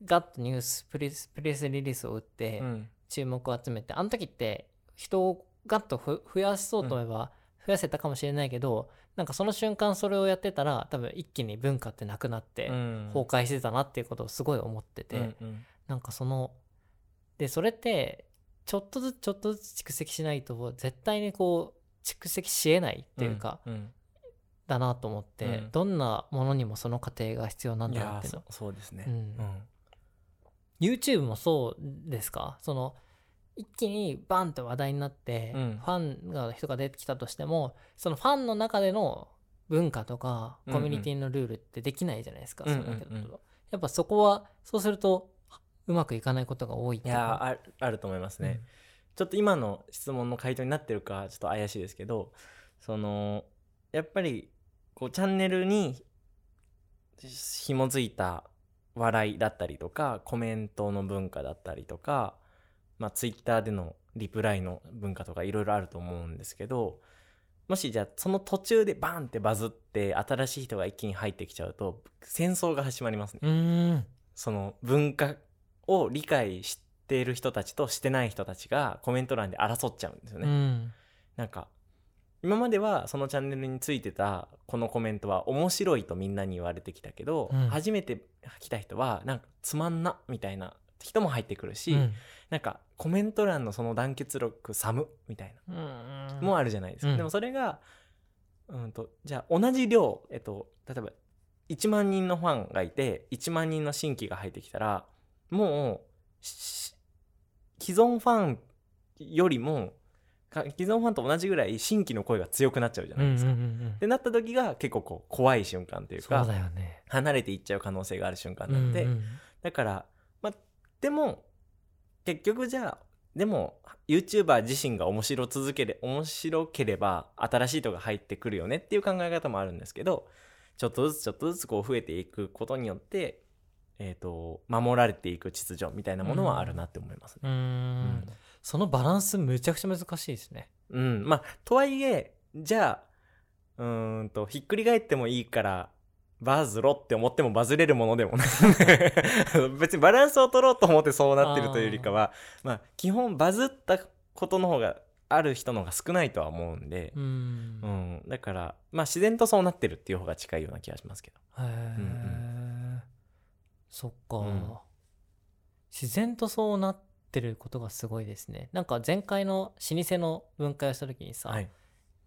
[SPEAKER 1] ガッとニュースプレスプレスリリースを打って、
[SPEAKER 2] うん
[SPEAKER 1] 注目を集めてあの時って人をガッとふ増やそうと思えば増やせたかもしれないけど、なんかその瞬間それをやってたら多分一気に文化ってなくなって
[SPEAKER 2] うん
[SPEAKER 1] 崩壊してたなっていうことをすごい思ってて、
[SPEAKER 2] うんうん
[SPEAKER 1] なんかそのでそれってちょっとずつちょっとずつ蓄積しないと絶対にこう蓄積しえないっていうか、
[SPEAKER 2] うん
[SPEAKER 1] だなと思って、
[SPEAKER 2] うん
[SPEAKER 1] どんなものにもその過程が必要なん
[SPEAKER 2] い
[SPEAKER 1] だなっ
[SPEAKER 2] や
[SPEAKER 1] ていうの
[SPEAKER 2] そそうですね
[SPEAKER 1] うん YouTube もそうですかその一気にバンと話題になって、
[SPEAKER 2] うん
[SPEAKER 1] ファンが人が出てきたとしてもそのファンの中での文化とか
[SPEAKER 2] うんう
[SPEAKER 1] コ
[SPEAKER 2] ん
[SPEAKER 1] ミュニティのルールってできないじゃないですか、
[SPEAKER 2] うんうんうん
[SPEAKER 1] それだけだと、やっぱそこはそうするとうまくいかないことが多いって
[SPEAKER 2] い
[SPEAKER 1] いうか
[SPEAKER 2] やーあるあると思いますね、ちょっと今の質問の回答になってるかちょっと怪しいですけどそのやっぱりこうチャンネルにし紐づいた笑いだったりとかコメントの文化だったりとか、まあ、Twitter でのリプライの文化とかいろいろあると思うんですけどもしじゃあその途中でバーンってバズって新しい人が一気に入ってきちゃうと戦争が始まりますね。
[SPEAKER 1] うん、うん
[SPEAKER 2] その文化を理解している人たちとしてない人たちがコメント欄で争っちゃうんですよね。
[SPEAKER 1] うん
[SPEAKER 2] なんか今まではそのチャンネルについてたこのコメントは面白いとみんなに言われてきたけど、
[SPEAKER 1] うん
[SPEAKER 2] 初めて来た人はなんかつまんなみたいな人も入ってくるし、
[SPEAKER 1] うん
[SPEAKER 2] なんかコメント欄のその団結力寒みたいな
[SPEAKER 1] うん
[SPEAKER 2] もあるじゃないですか、
[SPEAKER 1] うん
[SPEAKER 2] でもそれが、うん、とじゃあ同じ量、えっと、例えば1万人のファンがいて1万人の新規が入ってきたらもうし既存ファンよりもか既存ファンと同じぐらい新規の声が強くなっちゃうじゃ
[SPEAKER 1] う
[SPEAKER 2] ない
[SPEAKER 1] ん
[SPEAKER 2] で
[SPEAKER 1] うん
[SPEAKER 2] す
[SPEAKER 1] う
[SPEAKER 2] か。
[SPEAKER 1] んうん
[SPEAKER 2] ってなった時が結構こう怖い瞬間という
[SPEAKER 1] そう
[SPEAKER 2] か
[SPEAKER 1] だよね
[SPEAKER 2] 離れていっちゃう可能性がある瞬間なので、
[SPEAKER 1] うんうん
[SPEAKER 2] だから、まあ、でも、結局じゃあ、でも、YouTuber 自身が面白続けれ、面白ければ、新しい人が入ってくるよねっていう考え方もあるんですけど、ちょっとずつちょっとずつこう増えていくことによって、えっ、と、守られていく秩序みたいなものはあるなって思いますね。
[SPEAKER 1] うーん
[SPEAKER 2] うん
[SPEAKER 1] そのバランスむちゃくちゃ難しいですね。
[SPEAKER 2] うん、まあとはいえじゃあうーんとひっくり返ってもいいからバズろって思ってもバズれるものでもない 別にバランスを取ろうと思ってそうなってるというよりかはまあ基本バズったことの方がある人の方が少ないとは思うんで、
[SPEAKER 1] うん
[SPEAKER 2] う。ん、だからまあ自然とそうなってるっていう方が近いような気がしますけど。
[SPEAKER 1] へえ、
[SPEAKER 2] うん
[SPEAKER 1] そっか、
[SPEAKER 2] うん
[SPEAKER 1] 自然とそうなってることがすごいですねなんか前回の老舗の分解をした時にさ、
[SPEAKER 2] はい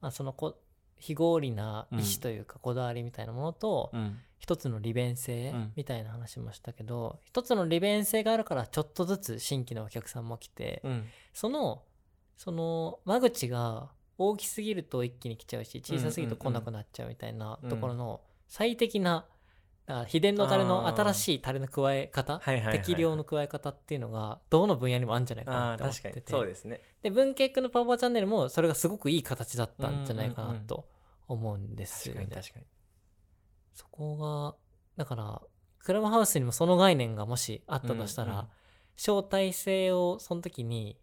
[SPEAKER 1] あそのこ非合理な
[SPEAKER 2] うん
[SPEAKER 1] 意志というかこだわりみたいなものと、
[SPEAKER 2] うん
[SPEAKER 1] 一つの利便性
[SPEAKER 2] うん
[SPEAKER 1] みたいな話もしたけど、一つの利便性があるからちょっとずつ新規のお客さんも来て、
[SPEAKER 2] うん
[SPEAKER 1] そのその間口が大きすぎると一気に来ちゃうし小さすぎると来なくなっちゃうみたいなところの最適なだから秘伝のタレの新しいタレの加え方
[SPEAKER 2] はいはいはい
[SPEAKER 1] 適量の加え方っていうのがどの分野にもあるんじゃないかな
[SPEAKER 2] あ
[SPEAKER 1] って
[SPEAKER 2] あ
[SPEAKER 1] 思っ
[SPEAKER 2] 確か
[SPEAKER 1] て
[SPEAKER 2] に
[SPEAKER 1] て
[SPEAKER 2] そうですね。
[SPEAKER 1] で文系君のパパチャンネルもそれがすごくいい形だったんじゃないかなと思うんです
[SPEAKER 2] 確
[SPEAKER 1] よ
[SPEAKER 2] かに
[SPEAKER 1] ね
[SPEAKER 2] 確かに。
[SPEAKER 1] そこがだからクラブハウスにもその概念がもしあったとしたら、
[SPEAKER 2] うんうん
[SPEAKER 1] 招待制をその時に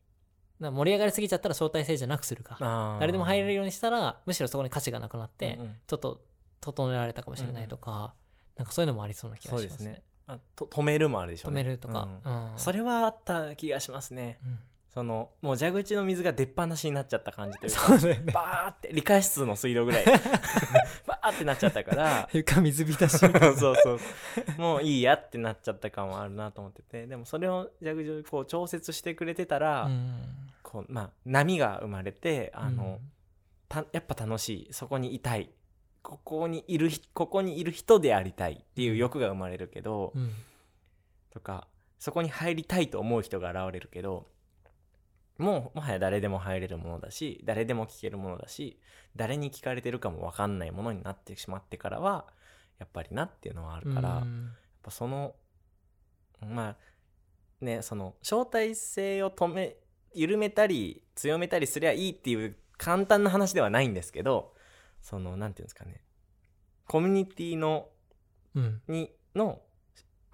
[SPEAKER 1] な盛り上がりすぎちゃったら招待制じゃなくするか
[SPEAKER 2] あー
[SPEAKER 1] 誰でも入れるようにしたらむしろそこに価値がなくなって、
[SPEAKER 2] うんうん
[SPEAKER 1] ちょっと整えられたかもしれないとか、なんかそういうのもありそうな気が
[SPEAKER 2] そう
[SPEAKER 1] し
[SPEAKER 2] で
[SPEAKER 1] ますすね
[SPEAKER 2] ね。あと止めるもあるでしょ
[SPEAKER 1] 止
[SPEAKER 2] うね。
[SPEAKER 1] めるとか、
[SPEAKER 2] うん
[SPEAKER 1] うん
[SPEAKER 2] それはあった気がしますね。
[SPEAKER 1] うん
[SPEAKER 2] そのもう蛇口の水が出っ放しになっちゃった感じというか
[SPEAKER 1] そうだよね
[SPEAKER 2] バーって理科室の水道 ぐらいバーってなっちゃったから
[SPEAKER 1] 床水浸し
[SPEAKER 2] そう そうそうもういいやってなっちゃった感はあるなと思っててでもそれを蛇口をこう調節してくれてたら、こうまあ、波が生まれてあの、たやっぱ楽しいそこにいたいここにいるひここにいる人でありたいっていう欲が生まれるけど、
[SPEAKER 1] うんうん
[SPEAKER 2] とかそこに入りたいと思う人が現れるけどもうもはや誰でも入れるものだし誰でも聞けるものだし誰に聞かれてるかも分かんないものになってしまってからはやっぱりなっていうのはあるから、
[SPEAKER 1] う
[SPEAKER 2] やっ
[SPEAKER 1] ん
[SPEAKER 2] ぱそのまあねその招待性を止め緩めたり強めたりすりゃいいっていう簡単な話ではないんですけどその何て言うんですかねコミュニティの
[SPEAKER 1] うん
[SPEAKER 2] にの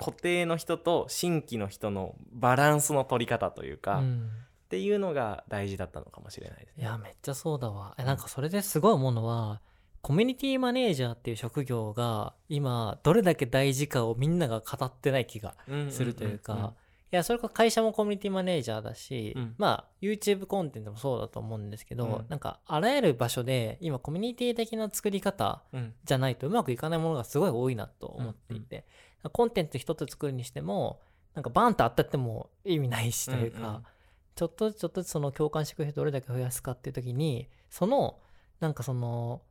[SPEAKER 2] 固定の人と新規の人のバランスの取り方というか、
[SPEAKER 1] う
[SPEAKER 2] っ
[SPEAKER 1] ん
[SPEAKER 2] ていうのが大事だったのかもしれないです
[SPEAKER 1] い
[SPEAKER 2] ね。
[SPEAKER 1] やめっちゃそうだわえなんかそれですごい思うのはコミュニティマネージャーっていう職業が今どれだけ大事かをみんなが語ってない気がするというか、いやそれか会社もコミュニティマネージャーだし、
[SPEAKER 2] うん
[SPEAKER 1] まあ YouTube コンテンツもそうだと思うんですけど、
[SPEAKER 2] うん
[SPEAKER 1] なんかあらゆる場所で今コミュニティ的な作り方
[SPEAKER 2] うん、うん
[SPEAKER 1] じゃないとうまくいかないものがすごい多いなと思っていて、コンテンツ一つ作るにしてもなんかバーンと当たっても意味ないしというか、
[SPEAKER 2] うんうん
[SPEAKER 1] ちょっとずつちょっとずつその共感してくれる人をどれだけ増やすかっていう時にそのなんかその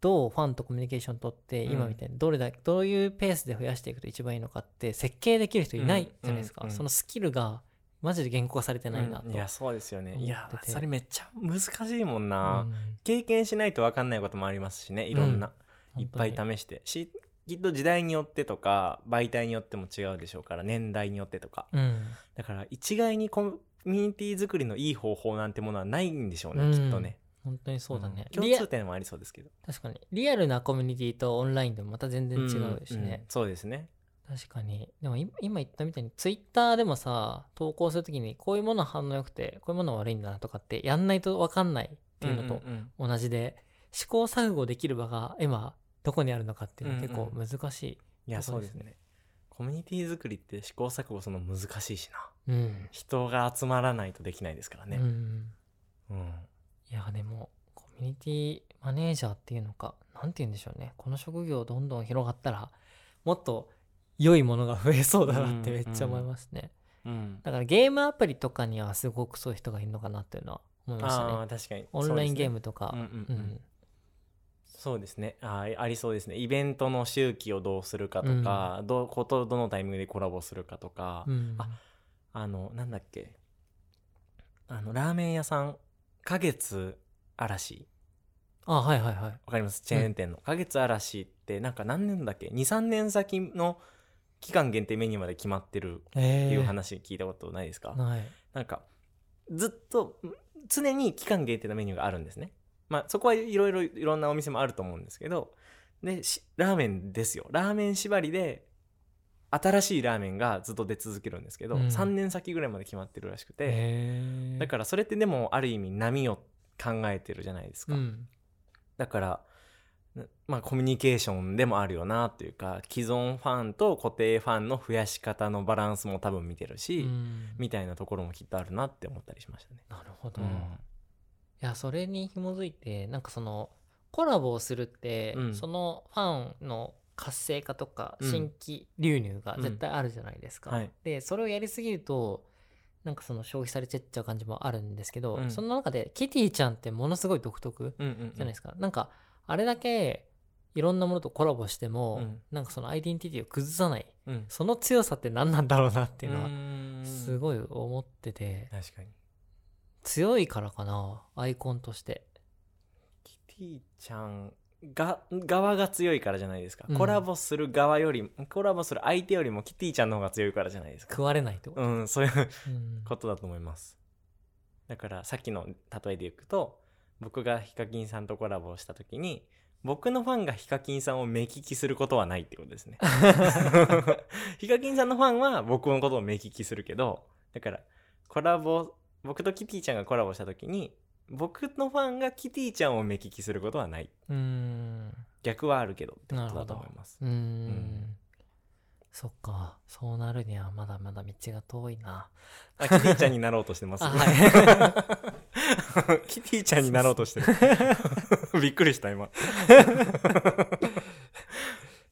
[SPEAKER 1] どうファンとコミュニケーション取って
[SPEAKER 2] うん
[SPEAKER 1] 今みたいにどれだけどういうペースで増やしていくと一番いいのかって設計できる人いないじゃないですか、
[SPEAKER 2] うんうんうん
[SPEAKER 1] そのスキルがマジで言語化されてないなと。
[SPEAKER 2] うんいやそうですよね。いや
[SPEAKER 1] 思ってて
[SPEAKER 2] それめっちゃ難しいもん
[SPEAKER 1] うん
[SPEAKER 2] な、経験しないと分かんないこともありますしねいろんな、いっぱい
[SPEAKER 1] 本当に
[SPEAKER 2] 試してしきっと時代によってとか媒体によっても違うでしょうから年代によってとか
[SPEAKER 1] うん
[SPEAKER 2] だから一概にコミュニティ作りのいい方法なんてものはないんでしょうね、
[SPEAKER 1] うん
[SPEAKER 2] きっとね。
[SPEAKER 1] 本当にそうだね、
[SPEAKER 2] ん共
[SPEAKER 1] リア
[SPEAKER 2] 通点もありそうですけど。
[SPEAKER 1] 確かにリアルなコミュニティとオンラインでもまた全然違うし
[SPEAKER 2] んん
[SPEAKER 1] ね、
[SPEAKER 2] そうですね。
[SPEAKER 1] 確かにでもい今言ったみたいにツイッターでもさ投稿するときにこういうもの反応良くてこういうもの悪いんだなとかってやんないと分かんないっていうのと
[SPEAKER 2] うんうんうん
[SPEAKER 1] 同じで、試行錯誤できる場が今どこにあるのかっていうのは結構
[SPEAKER 2] うんう
[SPEAKER 1] 難しい、
[SPEAKER 2] いや
[SPEAKER 1] そ
[SPEAKER 2] そうう
[SPEAKER 1] で
[SPEAKER 2] ですす
[SPEAKER 1] ね
[SPEAKER 2] ねコミュニティ作りって試行錯誤その難しいしな
[SPEAKER 1] うん
[SPEAKER 2] 人が集まらないとできないですから
[SPEAKER 1] う
[SPEAKER 2] ね、
[SPEAKER 1] ん
[SPEAKER 2] うん
[SPEAKER 1] いやでもコミュニティマネージャーっていうのかなんて言うんでしょうねこの職業どんどん広がったらもっと良いものが増えそうだなってめっちゃ思いますね、
[SPEAKER 2] うん
[SPEAKER 1] だからゲームアプリとかにはすごくそういう人がいるのかなっていうのは思いました
[SPEAKER 2] あ
[SPEAKER 1] ね。
[SPEAKER 2] あ確かに
[SPEAKER 1] オンラインゲー
[SPEAKER 2] ム
[SPEAKER 1] ムとか。
[SPEAKER 2] うん
[SPEAKER 1] う
[SPEAKER 2] うんん、うんそうですねあーありそうですねイベントの周期をどうするかとか、どうことどのタイミングでコラボするかとか、
[SPEAKER 1] うん
[SPEAKER 2] ああのなんだっけあのラーメン屋さん花月嵐
[SPEAKER 1] あはいはいはい。
[SPEAKER 2] わかりますチェーン店の「花月嵐」ってなんか何年だっけ23年先の期間限定メニューまで決まってる
[SPEAKER 1] え
[SPEAKER 2] っていう話聞いたことないですか、
[SPEAKER 1] ない。
[SPEAKER 2] なんかずっとん常に期間限定のメニューがあるんですねまあそこはいろいろいろんなお店もあると思うんですけどでしラーメンですよラーメン縛りで新しいラーメンがずっと出続けるんですけど、
[SPEAKER 1] うん
[SPEAKER 2] 3年先ぐらいまで決まってるらしくて、
[SPEAKER 1] へ
[SPEAKER 2] だからそれってでもある意味波を考えてるじゃないですか、
[SPEAKER 1] うん
[SPEAKER 2] だからなまあコミュニケーションでもあるよなというか既存ファンと固定ファンの増やし方のバランスも多分見てるし、
[SPEAKER 1] うん
[SPEAKER 2] みたいなところもきっとあるなって思ったりしましたね。
[SPEAKER 1] なるほど、いやそれに紐づいてなんかそのコラボをするって、
[SPEAKER 2] うん
[SPEAKER 1] そのファンの活性化とか
[SPEAKER 2] うん
[SPEAKER 1] 新規流入が
[SPEAKER 2] うん
[SPEAKER 1] 絶対あるじゃないですか、
[SPEAKER 2] はい
[SPEAKER 1] でそれをやりすぎるとなんかその消費されちゃっちゃう感じもあるんですけど、
[SPEAKER 2] うん
[SPEAKER 1] そんな中でキティちゃんってものすごい独特
[SPEAKER 2] うんうんうん
[SPEAKER 1] じゃないですか、なんかあれだけいろんなものとコラボしても、
[SPEAKER 2] うん
[SPEAKER 1] なんかそのアイデンティティを崩さない
[SPEAKER 2] うんっ
[SPEAKER 1] その強さって何なんだろうなっていうのは
[SPEAKER 2] は
[SPEAKER 1] すごい思ってて、
[SPEAKER 2] 確かに
[SPEAKER 1] 強いからかなアイコンとして
[SPEAKER 2] キティちゃんが側が強いからじゃないですか、
[SPEAKER 1] うん
[SPEAKER 2] コラボする側よりコラボする相手よりもキティちゃんの方が強いからじゃないですか
[SPEAKER 1] 食われないと、
[SPEAKER 2] うんそういう
[SPEAKER 1] うん
[SPEAKER 2] ことだと思いますだからさっきの例えでいくと僕がヒカキンさんとコラボした時に僕のファンがヒカキンさんを目利きすることはないってこ とですねヒカキンさんのファンは僕のことを目利きするけどだからコラボ僕とキティちゃんがコラボした時に僕のファンがキティちゃんを目利きすることはない
[SPEAKER 1] うん
[SPEAKER 2] 逆はあるけどってことだと思います
[SPEAKER 1] うん
[SPEAKER 2] ん
[SPEAKER 1] そっかそうなるにはまだまだ道が遠い な
[SPEAKER 2] あキティちゃんになろうとしてま す、
[SPEAKER 1] あは
[SPEAKER 2] キティちゃんになろうと してる びっくりした今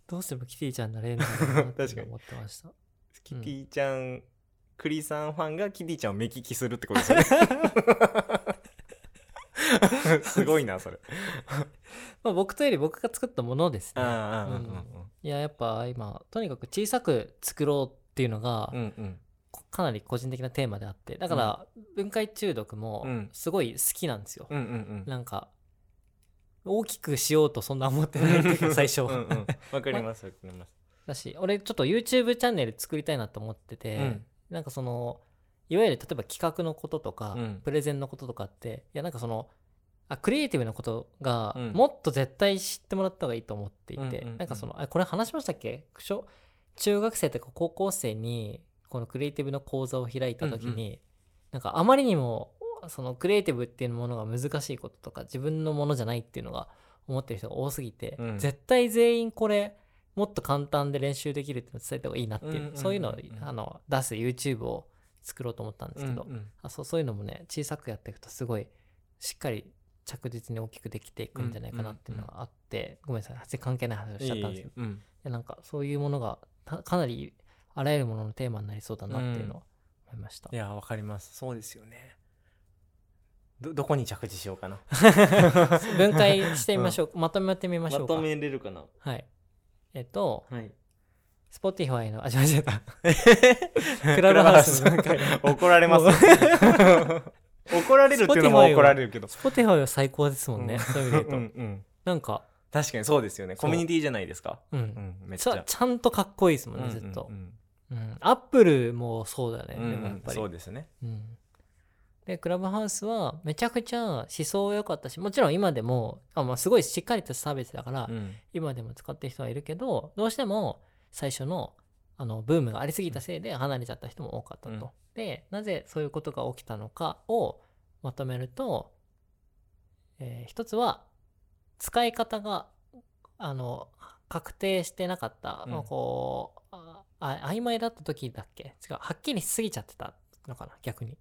[SPEAKER 1] どうしてもキティちゃんになれるのかなっ
[SPEAKER 2] 確か
[SPEAKER 1] て
[SPEAKER 2] に
[SPEAKER 1] 思ってました
[SPEAKER 2] キティちゃん、クリさんファンがキティちゃんを目利きするってことですよね。すごいな、それ。
[SPEAKER 1] まあ僕というより僕が作ったものです
[SPEAKER 2] ああ
[SPEAKER 1] ね
[SPEAKER 2] ああ
[SPEAKER 1] うんいややっぱ今とにかく小さく作ろうっていうのが、
[SPEAKER 2] うんうん
[SPEAKER 1] かなり個人的なテーマであってだから分解中毒
[SPEAKER 2] う
[SPEAKER 1] も
[SPEAKER 2] ん
[SPEAKER 1] すごい好きなんですよ、
[SPEAKER 2] うんうんうん
[SPEAKER 1] なんか大きくしようとそんな思ってないっていうか最初
[SPEAKER 2] うんうんわかります、わかります。
[SPEAKER 1] だし俺ちょっと YouTube チャンネル作りたいなと思ってて、
[SPEAKER 2] うん
[SPEAKER 1] なんかそのいわゆる例えば企画のこととか、
[SPEAKER 2] うん
[SPEAKER 1] プレゼンのこととかっていやなんかそのあクリエイティブなことが
[SPEAKER 2] うん
[SPEAKER 1] もっと絶対知ってもらった方がいいと思っていて、
[SPEAKER 2] うんうんうん
[SPEAKER 1] なんかそのあこれ話しましたっけ小中学生とか高校生にこのクリエイティブの講座を開いた時に、なんかあまりにもそのクリエイティブっていうものが難しいこととか自分のものじゃないっていうのが思ってる人が多すぎて、
[SPEAKER 2] うん
[SPEAKER 1] 絶対全員これもっと簡単で練習できるっていうのを伝えた方がいいなっていう,、
[SPEAKER 2] うんうんうんうん
[SPEAKER 1] そういうのをあの出す YouTube を作ろうと思ったんですけど、
[SPEAKER 2] うんうん
[SPEAKER 1] あそうそういうのもね小さくやっていくとすごいしっかり着実に大きくできていくんじゃないかなっていうのがあって、ごめんなさい全然関係ない話をしちゃったんですけど
[SPEAKER 2] いえいえうん
[SPEAKER 1] いやなんかそういうものがたかなりあらゆるもののテーマになりそうだなっていうのを思いました、
[SPEAKER 2] いや、わかります。そうですよね。ど、どこに着地しようかな。
[SPEAKER 1] 分解してみま しょう、まとめてみま
[SPEAKER 2] ま
[SPEAKER 1] しょうか
[SPEAKER 2] とめれるかな。
[SPEAKER 1] はいえっと
[SPEAKER 2] はい。
[SPEAKER 1] Spotify のあ間違えたクラブハウスの分解
[SPEAKER 2] 怒られます。怒られるっていうのも怒られるけど。
[SPEAKER 1] Spotify は最高ですもんね、
[SPEAKER 2] うん
[SPEAKER 1] そういう意味で
[SPEAKER 2] う
[SPEAKER 1] 言うと
[SPEAKER 2] んうん
[SPEAKER 1] なんか
[SPEAKER 2] 確かにそうですよね。
[SPEAKER 1] そ
[SPEAKER 2] コ
[SPEAKER 1] う
[SPEAKER 2] ミュニティじゃないですか。
[SPEAKER 1] うん、
[SPEAKER 2] うん、めっち
[SPEAKER 1] ちゃ
[SPEAKER 2] ゃ。
[SPEAKER 1] ちゃんとかっこいいですもんね、ずっと
[SPEAKER 2] うんうん
[SPEAKER 1] うんアップルもそうだね、
[SPEAKER 2] うんうん
[SPEAKER 1] でもやっぱり
[SPEAKER 2] そうですね。
[SPEAKER 1] うんでクラブハウスはめちゃくちゃ思想良かったしもちろん今でもあ、まあ、すごいしっかりとサービスだから、
[SPEAKER 2] うん
[SPEAKER 1] 今でも使ってる人はいるけどどうしても最初のあのブームがありすぎたせいで離れちゃった人も多かったと。
[SPEAKER 2] うん
[SPEAKER 1] でなぜそういうことが起きたのかをまとめると、えー一つは使い方があの確定してなかった、
[SPEAKER 2] うん
[SPEAKER 1] まあこうああ曖昧だった時だっけ違うはっきりしすぎちゃってたのかな逆に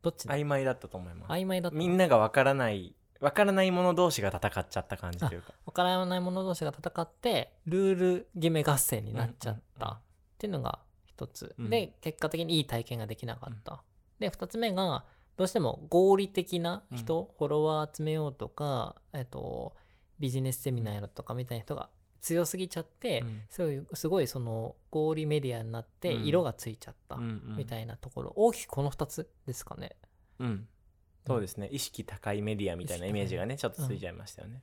[SPEAKER 1] どっちだ
[SPEAKER 2] 曖昧だったと思います。
[SPEAKER 1] 曖昧だった
[SPEAKER 2] みんながわからない、わからない者同士が戦っちゃった感じというか。
[SPEAKER 1] わからない者同士が戦ってルール決め合戦になっちゃっ
[SPEAKER 2] うんうんうん
[SPEAKER 1] たっていうのが一つ、
[SPEAKER 2] うん
[SPEAKER 1] で結果的にいい体験ができなかった、で二つ目がどうしても合理的な人、フォロワー集めようとか、えっと、ビジネスセミナーやろとかみたいな人が強すぎちゃって、
[SPEAKER 2] うん
[SPEAKER 1] そういうすごいその合理メディアになって
[SPEAKER 2] うん
[SPEAKER 1] 色がついちゃったみ
[SPEAKER 2] み
[SPEAKER 1] た
[SPEAKER 2] い
[SPEAKER 1] いなところ、大きくこの二つですかね。
[SPEAKER 2] な。うんそうですね。意識高いメディアみたいなイメージがね、ちょっとついちゃいましたよね。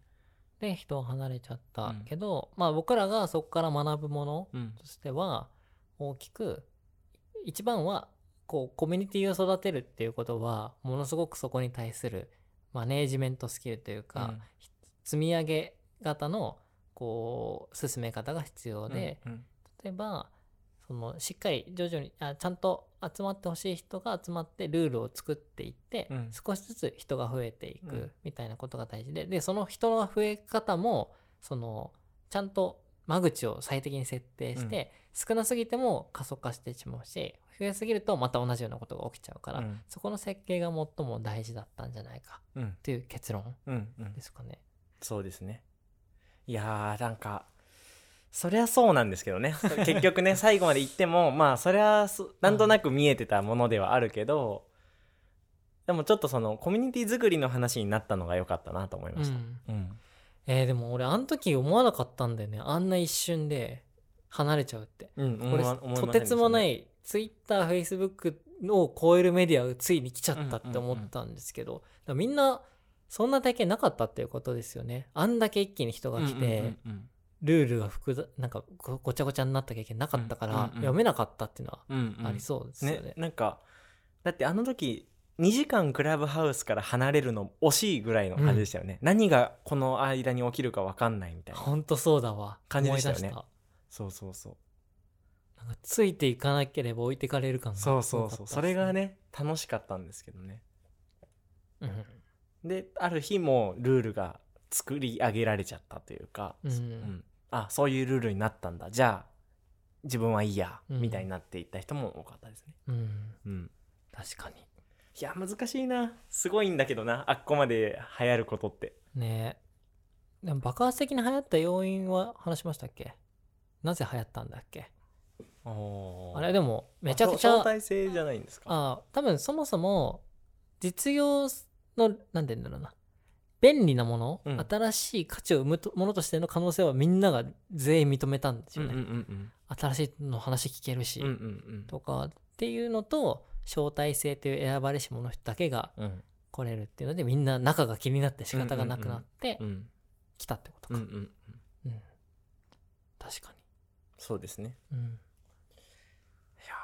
[SPEAKER 1] で人を離れちゃった
[SPEAKER 2] うん
[SPEAKER 1] けど、まあ僕らがそこから学ぶもの、
[SPEAKER 2] うん
[SPEAKER 1] としては大きく一番はこうコミュニティを育てるっていうことはものすごくそこに対するマネージメントスキルというか、積み上げ型のこう進め方が必要で、
[SPEAKER 2] うんうん
[SPEAKER 1] 例えばそのしっかり徐々にあちゃんと集まってほしい人が集まってルールを作っていって、
[SPEAKER 2] うん
[SPEAKER 1] 少しずつ人が増えてい
[SPEAKER 2] うん
[SPEAKER 1] くみたいなことが大事で、でその人の増え方もそのちゃんと間口を最適に設定して、少なすぎても加速化してしまうし増えすぎるとまた同じようなことが起きちゃうから、
[SPEAKER 2] うん
[SPEAKER 1] そこの設計が最も大事だったんじゃないか
[SPEAKER 2] うん
[SPEAKER 1] という結論
[SPEAKER 2] うんうん
[SPEAKER 1] ですかね。
[SPEAKER 2] そうですねいやーなんかそりゃそうなんですけどね 結局 ね最後まで言ってもまあそりゃそなんとなく見えてたものではあるけど、でもちょっとそのコミュニティ作りの話になったのが良かったなと思いま
[SPEAKER 1] う
[SPEAKER 2] した、
[SPEAKER 1] ん
[SPEAKER 2] うん
[SPEAKER 1] えーでも俺あの時思わなかったんだよねあんな一瞬で離れちゃうって。
[SPEAKER 2] うん
[SPEAKER 1] これとてつもないい TwitterFacebook を超えるメディアがついに来ちゃったって
[SPEAKER 2] うんうんうん
[SPEAKER 1] 思ったんですけど、だからみんなそんな体験なかったっていうことですよねあんだけ一気に人が来て、ルールが複雑なんかごごちゃごちゃになった経験なかったから、
[SPEAKER 2] うんうんうん
[SPEAKER 1] 読めなかったっていうのはあ
[SPEAKER 2] あ
[SPEAKER 1] りそうですよね。
[SPEAKER 2] なんかだってあの時2時間クラブハウスから離れるの惜しいぐらいの感じでしたよね、何がこの間に起きるか分かんないみたいな
[SPEAKER 1] ほんとそうだわ
[SPEAKER 2] 感じでしたよね
[SPEAKER 1] 思い出
[SPEAKER 2] そうそうそう
[SPEAKER 1] したなんかついていかなければ置いてかれる感が
[SPEAKER 2] そうそう
[SPEAKER 1] す
[SPEAKER 2] そ
[SPEAKER 1] ご
[SPEAKER 2] う
[SPEAKER 1] か
[SPEAKER 2] そ
[SPEAKER 1] ったで
[SPEAKER 2] れ
[SPEAKER 1] す
[SPEAKER 2] が、ね楽しかったんですけどね
[SPEAKER 1] うん
[SPEAKER 2] である日もうルールが作り上げられちゃったというか、
[SPEAKER 1] うん
[SPEAKER 2] んあそういうルールになったんだじゃあ自分はいいや、
[SPEAKER 1] うん
[SPEAKER 2] みたいになっていった人も多かったですね、
[SPEAKER 1] うん、
[SPEAKER 2] うん、
[SPEAKER 1] 確かに
[SPEAKER 2] いや難しいなすごいんだけどなあっこまで流行ることって
[SPEAKER 1] ねえでも爆発的に流行った要因は話しましたっけなぜ流行ったんだっけあ
[SPEAKER 2] あ
[SPEAKER 1] れでもめちゃくちゃ
[SPEAKER 2] 相対性じゃないんですか
[SPEAKER 1] あ多分そもそも実用の何て言うんだろうな便利なもの、
[SPEAKER 2] うん
[SPEAKER 1] 新しい価値を生むとものとしての可能性はみんなが全員認めたんですよね、
[SPEAKER 2] ん
[SPEAKER 1] 新しいの話聞けるし、
[SPEAKER 2] うんうん
[SPEAKER 1] とかっていうのと招待制という選ばれし者だけが
[SPEAKER 2] うんうん
[SPEAKER 1] 来れるっていうのでみんな仲が気になって仕方がなくなって
[SPEAKER 2] うん
[SPEAKER 1] 来たってことか、
[SPEAKER 2] うんうん
[SPEAKER 1] うん確か
[SPEAKER 2] そうですね
[SPEAKER 1] に、うん、
[SPEAKER 2] いや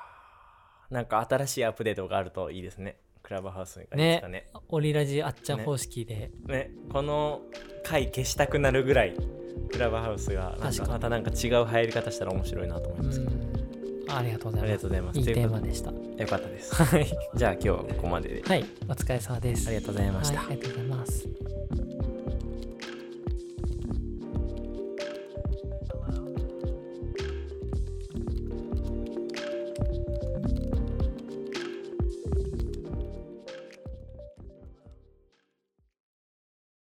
[SPEAKER 2] ーなんか新しいアップデートがあるといいですねクラブハウスがいいですかね
[SPEAKER 1] オリラジあっちゃん方式で、
[SPEAKER 2] ねこの回消したくなるぐらいクラブハウスがなん
[SPEAKER 1] 確か
[SPEAKER 2] か
[SPEAKER 1] に
[SPEAKER 2] またなんか違う入り方したら面白いなと思いますけど、
[SPEAKER 1] うんありがとうご
[SPEAKER 2] あ
[SPEAKER 1] ざ
[SPEAKER 2] り
[SPEAKER 1] いま
[SPEAKER 2] が
[SPEAKER 1] す
[SPEAKER 2] とうございます
[SPEAKER 1] いい
[SPEAKER 2] と
[SPEAKER 1] テー
[SPEAKER 2] いうこ
[SPEAKER 1] マ
[SPEAKER 2] と
[SPEAKER 1] でした
[SPEAKER 2] でよかったです
[SPEAKER 1] はい
[SPEAKER 2] じゃあ今日はここまでで
[SPEAKER 1] はいお疲れ様です
[SPEAKER 2] ありがとうございました
[SPEAKER 1] はいありがとうございます